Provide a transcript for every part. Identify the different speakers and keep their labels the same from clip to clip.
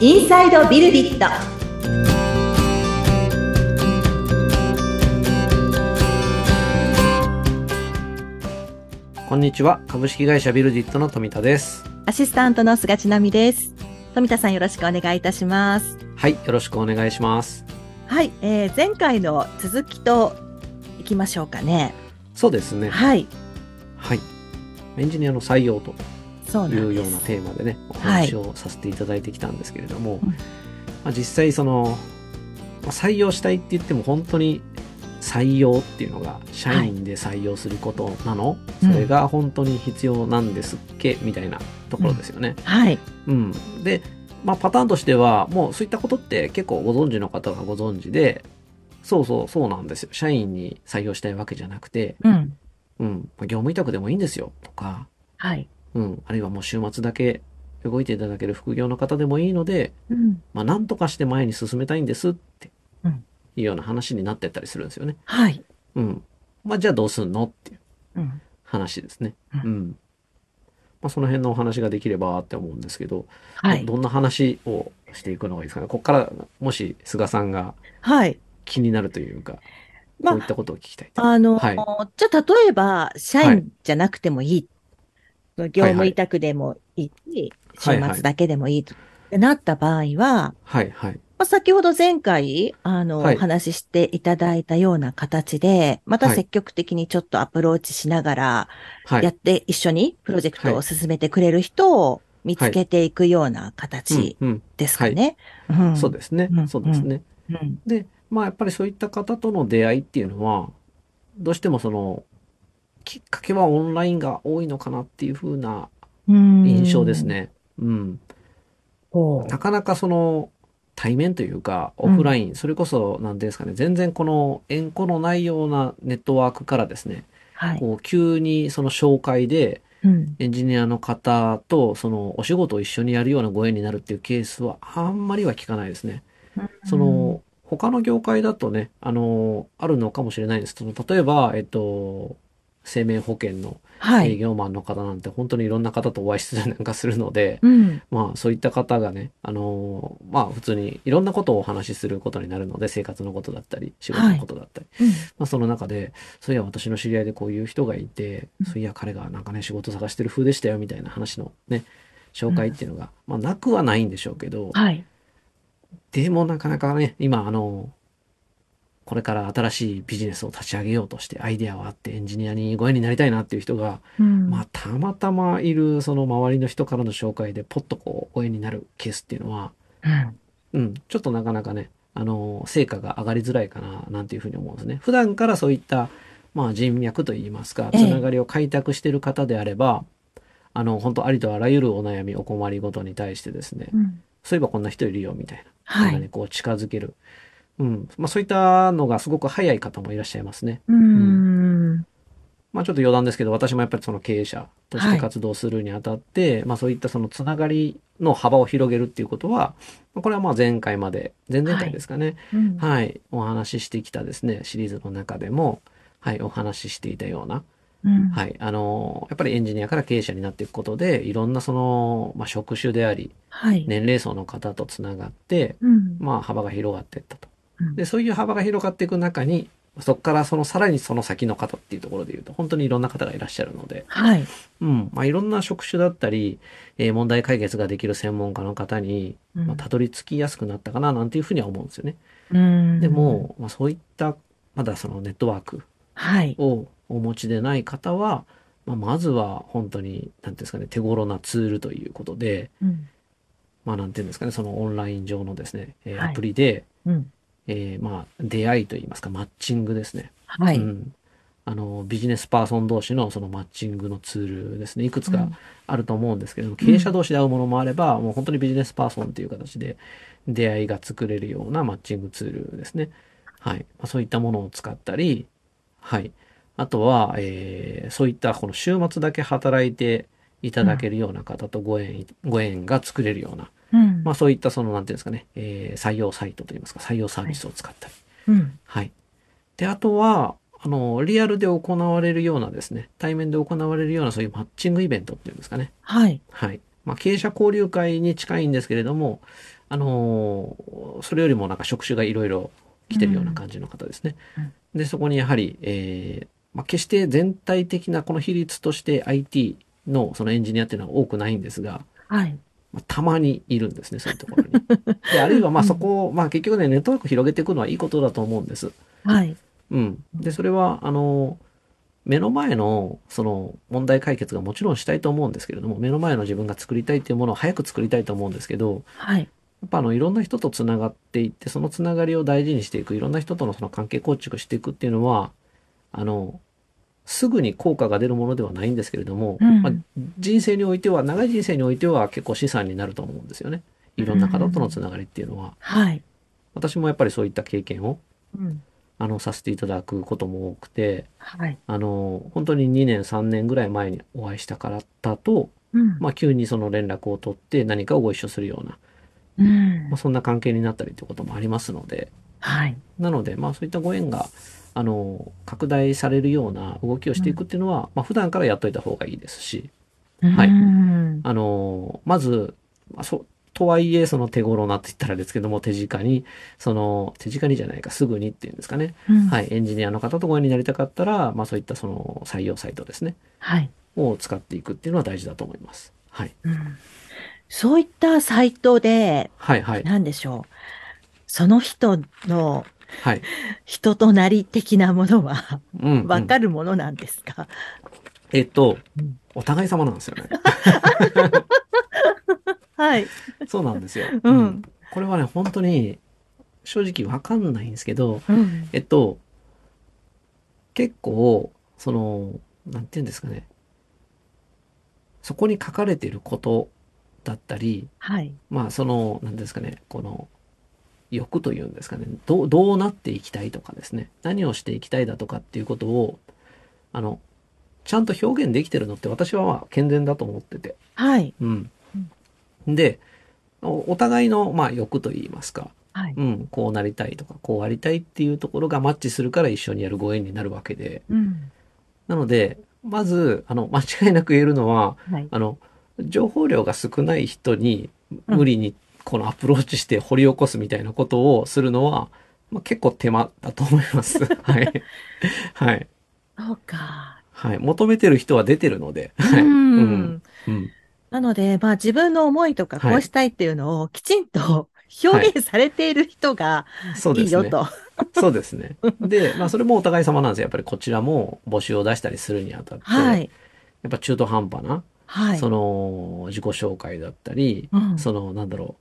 Speaker 1: インサイドビルディット
Speaker 2: こんにちは株式会社ビルディットの富田です
Speaker 1: アシスタントの菅千奈美です富田さんよろしくお願いいたします
Speaker 2: はいよろしくお願いします
Speaker 1: はい、えー、前回の続きといきましょうかね
Speaker 2: そうですね
Speaker 1: はい
Speaker 2: はいエンジニアの採用と
Speaker 1: そう
Speaker 2: い
Speaker 1: なん
Speaker 2: う
Speaker 1: で
Speaker 2: ような
Speaker 1: す
Speaker 2: テーマでねお
Speaker 1: はい
Speaker 2: 話をさせていただいてきたんですけれども、
Speaker 1: うん
Speaker 2: まあ、実際そのまあ採用したいって言っても本当に採用っていうのが社員で採用することなの、
Speaker 1: うん
Speaker 2: それが本当に必要なんですっけみたいなところですよね。
Speaker 1: はい
Speaker 2: うん、で、まあ、パターンとしてはもうそういったことって結構ご存知の方がご存知でそうそうそうなんですよ社員に採用したいわけじゃなくて、
Speaker 1: うん
Speaker 2: うん、まあ業務委託でもいいんですよとか、
Speaker 1: はい
Speaker 2: うん、あるいはもう週末だけ動いていただける副業の方でもいいので、
Speaker 1: うん
Speaker 2: まあ、なんとかして前に進めたいんですって
Speaker 1: うん
Speaker 2: いうような話になってったりするんですよね。
Speaker 1: はい
Speaker 2: うん。まあ、じゃあどうすんのっていう
Speaker 1: うん
Speaker 2: 話ですね。
Speaker 1: う
Speaker 2: うん。まあ、その辺のお話ができればって思うんですけど、
Speaker 1: はい
Speaker 2: どどんな話をしていくのがいいですかね。ここからもし菅さんが
Speaker 1: はい
Speaker 2: 気になるというか、
Speaker 1: ま
Speaker 2: こういっ
Speaker 1: あ
Speaker 2: たことを聞きたいと。
Speaker 1: あの、
Speaker 2: はい
Speaker 1: じゃあ例えば社員じゃなくてもいい、業務委託でもいいし、
Speaker 2: はいはい
Speaker 1: 週末だけでもいいと、ってなった場合は、
Speaker 2: はいはい。
Speaker 1: まあ、先ほど前回、あの、
Speaker 2: はい
Speaker 1: お話ししていただいたような形で、また
Speaker 2: はい
Speaker 1: 積極的にちょっとアプローチしながら、
Speaker 2: はい。
Speaker 1: やって一緒にプロジェクト
Speaker 2: は
Speaker 1: を
Speaker 2: い
Speaker 1: 進めてくれる人を見つけていくような形
Speaker 2: うん、うん
Speaker 1: ですかね。うん
Speaker 2: そうですね。
Speaker 1: うん
Speaker 2: そうですね。
Speaker 1: うん
Speaker 2: で、まあ、やっぱりそういった方との出会いっていうのは、どうしてもその、きっかけはオンラインが多いのかなっていう風な
Speaker 1: うん
Speaker 2: 印象です。ね。うん。
Speaker 1: ほう
Speaker 2: なかなかその対面というかオフライン、それこそ何ですかね全然この縁故のないようなネットワークからですね
Speaker 1: はい。
Speaker 2: こう急にその紹介で
Speaker 1: うん
Speaker 2: エンジニアの方とそのお仕事を一緒にやるようなご縁になるっていうケースはあんまりは聞かないですね。その他の業界だとねあのあるのかもしれないんですけど例えばえっと生命保険の
Speaker 1: は
Speaker 2: 営
Speaker 1: い。
Speaker 2: 業マンの方なんて本当にいろんな方とお会いしたりなんかするので、
Speaker 1: うん。
Speaker 2: まあそういった方がね、あのーまあ普通にいろんなことをお話しすることになるので、生活のことだったり、仕事のことだったり、
Speaker 1: うん
Speaker 2: まあその中で、そういや私の知り合いでこういう人がいて、
Speaker 1: うん
Speaker 2: そういや彼がなんかね、仕事探してる風でしたよみたいな話のね、紹介っていうのが、まあなくはないんでしょうけど、
Speaker 1: はい。
Speaker 2: でもなかなかね、今あのこれから新しいビジネスを立ち上げようとして、アイデアはあってエンジニアにご縁になりたいなっていう人が、
Speaker 1: うん
Speaker 2: まあ、たまたまいるその周りの人からの紹介でポッとこう応援になるケースっていうのは、
Speaker 1: うん
Speaker 2: うん、ちょっとなかなかね、あの成果が上がりづらいかななんていうふうに思うんですね。普段からそういった、まあ、人脈といいますか
Speaker 1: え
Speaker 2: つ
Speaker 1: え
Speaker 2: ながりを開拓している方であれば、あの本当ありとあらゆるお悩みお困りごとに対してですね、
Speaker 1: うん
Speaker 2: そういえばこんな人いるよみたいな、
Speaker 1: は
Speaker 2: なんかね
Speaker 1: い。
Speaker 2: こう近づける、うんまあ、そういったのがすごく早い方もいらっしゃいますね。
Speaker 1: うん。
Speaker 2: まあちょっと余談ですけど、私もやっぱりその経営者とし
Speaker 1: は
Speaker 2: て
Speaker 1: い
Speaker 2: 活動するにあたって、まあそういったそのつながりの幅を広げるっていうことは、これはまあ前回まで、前々回ですかね、
Speaker 1: うん
Speaker 2: はい、お話ししてきたですね、シリーズの中でも、はい、お話ししていたような、
Speaker 1: うん
Speaker 2: はい、あのーやっぱりエンジニアから経営者になっていくことで、いろんなその、まあ職種であり、
Speaker 1: はい。
Speaker 2: 年齢層の方とつながって、
Speaker 1: うん
Speaker 2: まあ幅が広がっていったと。
Speaker 1: うん
Speaker 2: で、そういう幅が広がっていく中に、そこからそのさらにその先の方っていうところで言うと、本当にいろんな方がいらっしゃるので、
Speaker 1: はい。
Speaker 2: うん、まあいろんな職種だったり、えー問題解決ができる専門家の方に、
Speaker 1: うん
Speaker 2: まあ、たどり着きやすくなったかななんていうふうには思うんですよね。
Speaker 1: うん
Speaker 2: で、も、まあ、そういった、まだそのネットワーク
Speaker 1: はい。
Speaker 2: をお持ちでない方は、まあ、まずは本当に、なんていうんですかね、手頃なツールということで、
Speaker 1: うん
Speaker 2: まあなんていうんですかね、そのオンライン上のですね、えー
Speaker 1: はい
Speaker 2: アプリで、
Speaker 1: うん
Speaker 2: えーまあ出会いといいますか、マッチングですね。
Speaker 1: は
Speaker 2: う
Speaker 1: い。
Speaker 2: ん、あのビジネスパーソン同士のそのマッチングのツールですねいくつ
Speaker 1: う
Speaker 2: か
Speaker 1: ん
Speaker 2: あると思うんですけども、経営者同士で会うものもあれば、もう本当にビジネスパーソンという形で出会いが作れるようなマッチングツールですね、はいまあ、そういったものを使ったり、はい、あとは、えーそういったこの週末だけ働いていただけるような方とご縁,、ご縁が作れるような、
Speaker 1: うん
Speaker 2: まあ、そういったそのなんていうんですかね、えー採用サイトといいますか採用サービスを使ったり。
Speaker 1: うん
Speaker 2: はい。で、あとは、あの、リアルで行われるようなですね、対面で行われるようなそういうマッチングイベントっていうんですかね。
Speaker 1: はい。
Speaker 2: はい。まあ、経営者交流会に近いんですけれども、あのーそれよりもなんか職種がいろいろ来てるような感じの方ですね
Speaker 1: うん。
Speaker 2: で、そこにやはり、えーまあ、決して全体的なこの比率として IT のそのエンジニアっていうのは多くないんですが、
Speaker 1: はい。
Speaker 2: まあ、たまにいるんですね、そういうとこ ろに。で、あるいはまあ
Speaker 1: うん
Speaker 2: そこを、まあ結局ね、ネットワーク広げていくのはいいことだと思うんです。
Speaker 1: はい。
Speaker 2: うん。で、それは、あの、目の前の、その、問題解決がもちろんしたいと思うんですけれども、目の前の自分が作りたいっていうものを早く作りたいと思うんですけど、
Speaker 1: はい。
Speaker 2: やっぱあの、いろんな人とつながっていって、そのつながりを大事にしていく、いろんな人とのその関係構築していくっていうのは、あの、すぐに効果が出るものではないんですけれども、
Speaker 1: うん
Speaker 2: まあ、人生においては、長い人生においては結構資産になると思うんですよね。いろんな方とのつながりっていうのは、
Speaker 1: はい。
Speaker 2: 私もやっぱりそういった経験を、
Speaker 1: うん。
Speaker 2: あの、させていただくことも多くて、
Speaker 1: はい。
Speaker 2: あの、本当に2年3年ぐらい前にお会いした方と、
Speaker 1: うん。
Speaker 2: まあ、急にその連絡を取って何かをご一緒するような、
Speaker 1: うん
Speaker 2: まあ、。そんな関係になったりということもありますので、
Speaker 1: はい。
Speaker 2: なので、まあ、そういったご縁が、あの、拡大されるような動きをしていくっていうのは、まあ、普段からやっといた方がいいですし、はい
Speaker 1: うん
Speaker 2: あの、まず、まあ、そう、とはいえ、その手頃なって言ったらですけども、手近に、その、手近にじゃないか、すぐにっていうんですかね。
Speaker 1: うん
Speaker 2: はい、エンジニアの方とご縁になりたかったら、まあ、そういったその採用サイトですね。
Speaker 1: はい。
Speaker 2: を使っていくっていうのは大事だと思います。はい。
Speaker 1: うんそういったサイトで、
Speaker 2: はいはい。
Speaker 1: なんでしょう。その人の
Speaker 2: はい。
Speaker 1: 人となり的なものは
Speaker 2: うん、うん
Speaker 1: わかるものなんですか、
Speaker 2: えっと
Speaker 1: うん、
Speaker 2: お互い様なんですよね。
Speaker 1: はい。
Speaker 2: そうなんですよ。
Speaker 1: うん
Speaker 2: これはね、本当に、正直わかんないんですけど、
Speaker 1: うん。
Speaker 2: えっと、結構、その、なんて言うんですかね。そこに書かれていることだったり、
Speaker 1: はい。
Speaker 2: まあ、その、なんですかね、この、欲というんですかね、どう、どうなっていきたいとかですね、何をしていきたいだとかっていうことを、あの、ちゃんと表現できてるのって私はまあ健全だと思ってて。
Speaker 1: はい。
Speaker 2: うん。で、おお互いの、まあ、欲といいますか、
Speaker 1: はい。
Speaker 2: うん、こうなりたいとか、こうありたいっていうところがマッチするから一緒にやるご縁になるわけで、
Speaker 1: うん。
Speaker 2: なので、まず、あの、間違いなく言えるのは、
Speaker 1: はい。
Speaker 2: あの、情報量が少ない人に無理にこのアプローチして掘り起こすみたいなことをするのは、まあ、結構手間だと思い ます。はい。はい。
Speaker 1: そうか。
Speaker 2: はい。求めてる人は出てるので。はい。
Speaker 1: うん
Speaker 2: うんうん。
Speaker 1: なので、まあ自分の思いとか
Speaker 2: はい
Speaker 1: こうしたいっていうのをきちんと表現されている人が
Speaker 2: そう
Speaker 1: い
Speaker 2: で
Speaker 1: い
Speaker 2: す
Speaker 1: よ
Speaker 2: ね。
Speaker 1: と。
Speaker 2: そうです ね。で、まあ、それもお互い様なんですよ。やっぱりこちらも募集を出したりするにあたって、
Speaker 1: はい。
Speaker 2: やっぱ中途半端な、
Speaker 1: はい。
Speaker 2: その、自己紹介だったり、
Speaker 1: うん
Speaker 2: その、なんだろ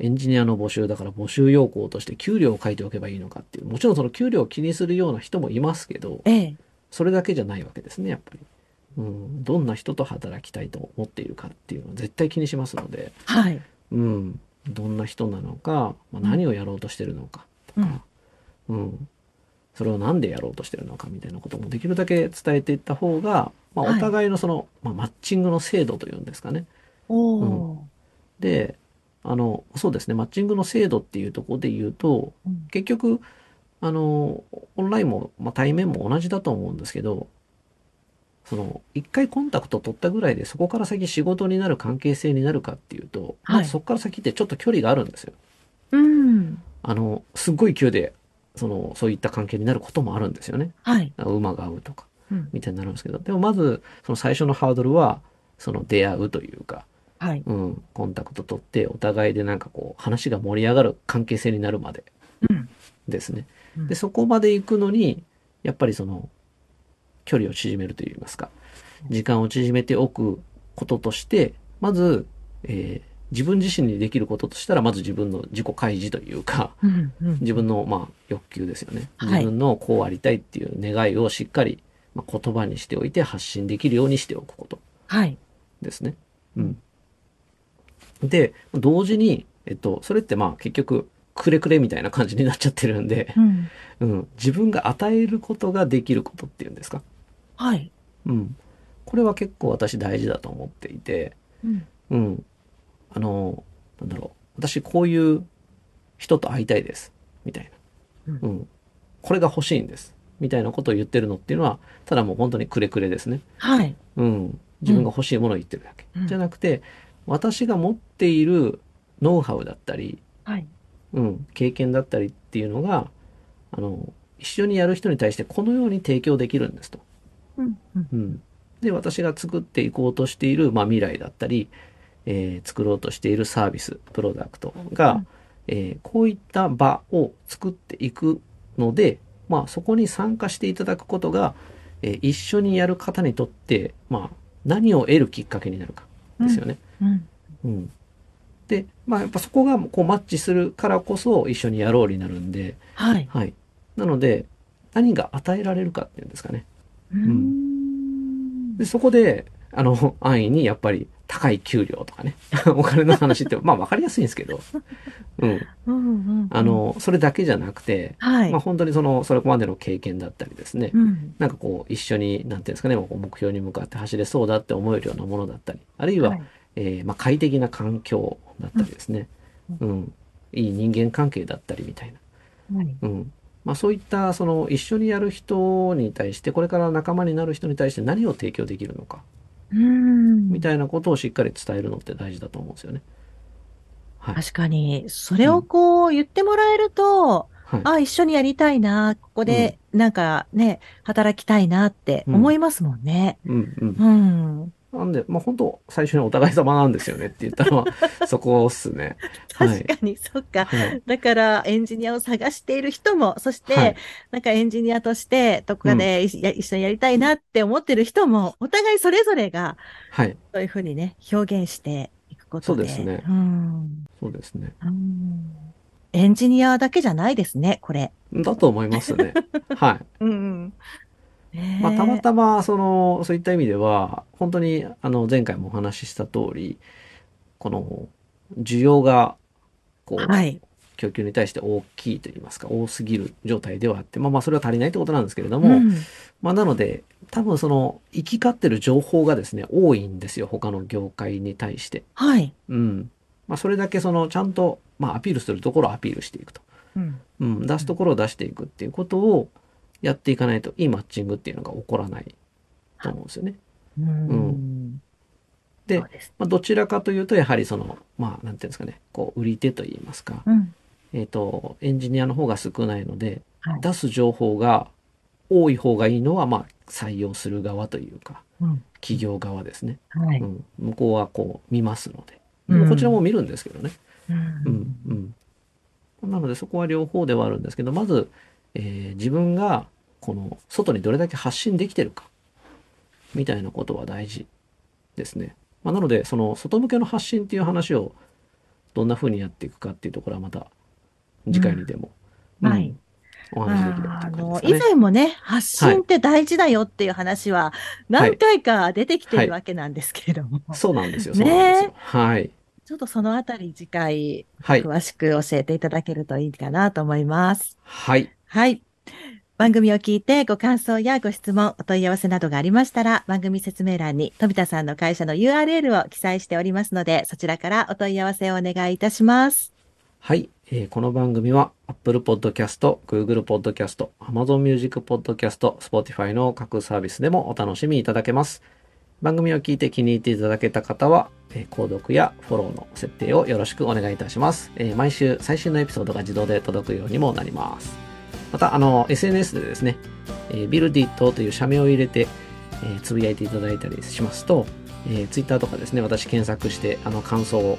Speaker 2: う、エンジニアの募集だから募集要項として給料を書いておけばいいのかっていう、もちろんその給料を気にするような人もいますけど、
Speaker 1: ええ。
Speaker 2: それだけじゃないわけですね、やっぱり。うん、どんな人と働きたいと思っているかっていうのは絶対気にしますので、
Speaker 1: はい。
Speaker 2: うん、どんな人なのか、まあ、何をやろうとしてるのかとか、うんそれを何でやろうとしてるのかみたいなこともできるだけ伝えていった方が、まあ、
Speaker 1: はい
Speaker 2: お互いのその、まあ、マッチングの精度というんですかね。
Speaker 1: お
Speaker 2: う
Speaker 1: お。
Speaker 2: であのそうですねマッチングの精度っていうところで言うと
Speaker 1: うん
Speaker 2: 結局あのオンラインも、まあ、対面も同じだと思うんですけどその一回コンタクト取ったぐらいでそこから先仕事になる関係性になるかっていうと、ま
Speaker 1: はい
Speaker 2: ずそこから先ってちょっと距離があるんですよ。
Speaker 1: うん。
Speaker 2: あのすっごい勢いでそのそういった関係になることもあるんですよね。
Speaker 1: はい。
Speaker 2: 馬が合うとか
Speaker 1: うん
Speaker 2: みたいになるんですけどでもまずその最初のハードルはその出会うというか
Speaker 1: はい。
Speaker 2: うん、コンタクト取って、お互いでなんかこう、話が盛り上がる関係性になるまで
Speaker 1: うん。
Speaker 2: ですね
Speaker 1: うん。
Speaker 2: で、そこまで行くのに、やっぱりその、距離を縮めるといいますか、時間を縮めておくこととして、まず、えー自分自身にできることとしたら、まず自分の自己開示というか、
Speaker 1: うん。うん
Speaker 2: 自分の、まあ、欲求ですよね。
Speaker 1: はい
Speaker 2: 自分のこうありたいっていう願いをしっかり、まあ、言葉にしておいて発信できるようにしておくこと。
Speaker 1: はい。
Speaker 2: ですね。うん。で、同時に、えっと、それってまあ結局、くれくれみたいな感じになっちゃってるんで
Speaker 1: う、ん。
Speaker 2: うん。自分が与えることができることっていうんですか。
Speaker 1: はい。
Speaker 2: うん。これは結構私大事だと思っていて、
Speaker 1: うん。
Speaker 2: うん。あの、なんだろう。私こういう人と会いたいです。みたいな。
Speaker 1: う
Speaker 2: うん。これが欲しいんです。みたいなことを言ってるのっていうのは、ただもう本当にくれくれですね。
Speaker 1: はい。
Speaker 2: うん、自分が欲しいものを言ってるだけ、
Speaker 1: うん
Speaker 2: じゃなくて私が持っているノウハウだったり、
Speaker 1: はい。
Speaker 2: うん、経験だったりっていうのが、あの、一緒にやる人に対してこのように提供できるんですと。
Speaker 1: うん。うん。
Speaker 2: うん。で、私が作っていこうとしている、まあ、未来だったり、えー作ろうとしているサービス、プロダクトが、
Speaker 1: うん
Speaker 2: えーこういった場を作っていくので、まあ、そこに参加していただくことが、えー一緒にやる方にとって、まあ、何を得るきっかけになるかですよね。
Speaker 1: うん。
Speaker 2: うん。で、まあ、やっぱそこがこうマッチするからこそ一緒にやろうになるんで、
Speaker 1: はい。
Speaker 2: はい。なので、何が与えられるかっていうんですかね。
Speaker 1: うーん
Speaker 2: で、そこで、あの、安易にやっぱり高い給料とかね、 お金の話って、まあ分かりやすいんですけど、うん。
Speaker 1: うんうんうん
Speaker 2: あ、の、それだけじゃなくて、
Speaker 1: はい
Speaker 2: まあ。本当にその、それまでの経験だったりですね、
Speaker 1: うん。
Speaker 2: なんかこう、一緒に、なんていうんですかね、こう目標に向かって走れそうだって思えるようなものだったり、あるいは、
Speaker 1: はい
Speaker 2: えーまあ、快適な環境だったりですね、うん、いい人間関係だったりみたいな。
Speaker 1: はい
Speaker 2: うんまあ、そういったその一緒にやる人に対してこれから仲間になる人に対して何を提供できるのか
Speaker 1: うーん。
Speaker 2: みたいなことをしっかり伝えるのって大事だと思うんですよね。はい。
Speaker 1: 確かに、それをこう言ってもらえると、
Speaker 2: はい、
Speaker 1: あ、一緒にやりたいな、ここでなんかね、働きたいなって思いますもんね。
Speaker 2: うんうん。
Speaker 1: うん。
Speaker 2: なんで、まあ、本当最初にお互い様なんですよねって言っ たのはそこっすね。はい
Speaker 1: 確かに、そっか。
Speaker 2: はい。
Speaker 1: だから、エンジニアを探している人も、そして、
Speaker 2: はい
Speaker 1: なんかエンジニアとして、どこかでいや一緒にやりたいなって思ってる人も、お互いそれぞれが、
Speaker 2: はい。
Speaker 1: そういうふうにね、表現していくことで。
Speaker 2: そうですね
Speaker 1: うん。
Speaker 2: そうですね。
Speaker 1: うんエンジニアだけじゃないですね、これ。
Speaker 2: だと思いま すね。はい。
Speaker 1: うん。ねえ
Speaker 2: まあ、たまたまそのそういった意味では本当にあの前回もお話しした通りこの需要がこう、
Speaker 1: はい。
Speaker 2: 供給に対して大きいといいますか多すぎる状態ではあって、まあ、まあそれは足りないってことなんですけれど
Speaker 1: う
Speaker 2: も、
Speaker 1: ん
Speaker 2: まあ、なので多分その行き交ってる情報がですね多いんですよ他の業界に対して。
Speaker 1: はい。
Speaker 2: うんまあ、それだけそのちゃんと、まあ、アピールするところをアピールしていくと、
Speaker 1: うん。
Speaker 2: うん、出すところを出していくっていうことをやっていかないといいマッチングっていうのが起こらないと思うんですよね。
Speaker 1: うん。
Speaker 2: で
Speaker 1: そうす
Speaker 2: まあ、どちらかというと、やはりその、まあ、なんていうんですかね、こう、売り手といいますか、
Speaker 1: うん。
Speaker 2: えっ、と、エンジニアの方が少ないので、
Speaker 1: はい
Speaker 2: 出す情報が多い方がいいのは、まあ、採用する側というか、
Speaker 1: うん
Speaker 2: 企業側ですね。。
Speaker 1: はいう
Speaker 2: ん、向こうはこう、見ますので。
Speaker 1: うん
Speaker 2: こちらも見るんですけどね。
Speaker 1: う
Speaker 2: うん。うん。なので、そこは両方ではあるんですけど、まず、えー自分が、この、外にどれだけ発信できてるか、みたいなことは大事ですね。まあ、なので、その、外向けの発信っていう話を、どんな風にやっていくかっていうところは、また、次回にでも、
Speaker 1: うんはい
Speaker 2: お話できれば
Speaker 1: あ
Speaker 2: という感
Speaker 1: の、
Speaker 2: じ
Speaker 1: 以
Speaker 2: ですかね。
Speaker 1: 前もね、発信って大事だよっていう話は何回か出てきているわけなんですけれども、
Speaker 2: そうなんですよ、そ
Speaker 1: ね
Speaker 2: うなんですよ。はい。
Speaker 1: ちょっとそのあたり次回
Speaker 2: はい。
Speaker 1: 詳しく教えていただけるといいかなと思います。
Speaker 2: はい。
Speaker 1: はい。番組を聞いてご感想やご質問、お問い合わせなどがありましたら、番組説明欄に富田さんの会社の URL を記載しておりますので、そちらからお問い合わせをお願いいたします。
Speaker 2: はい、えーこの番組は Apple Podcast、Google Podcast、Amazon Music Podcast、Spotify の各サービスでもお楽しみいただけます。番組を聞いて気に入っていただけた方は、えー購読やフォローの設定をよろしくお願いいたします。えー毎週最新のエピソードが自動で届くようにもなります。また、あの、SNS でですね、えービルディットという社名を入れて、えーつぶやいていただいたりしますと、えー、Twitter とかですね、私検索して、あの、感想を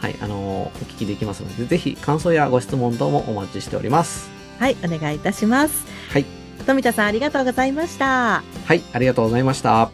Speaker 2: はい、あのーお聞きできますので、ぜひ感想やご質問等もお待ちしております。
Speaker 1: はい、お願いいたします。
Speaker 2: はい。
Speaker 1: 富田さんありがとうございました。
Speaker 2: はい、ありがとうございました。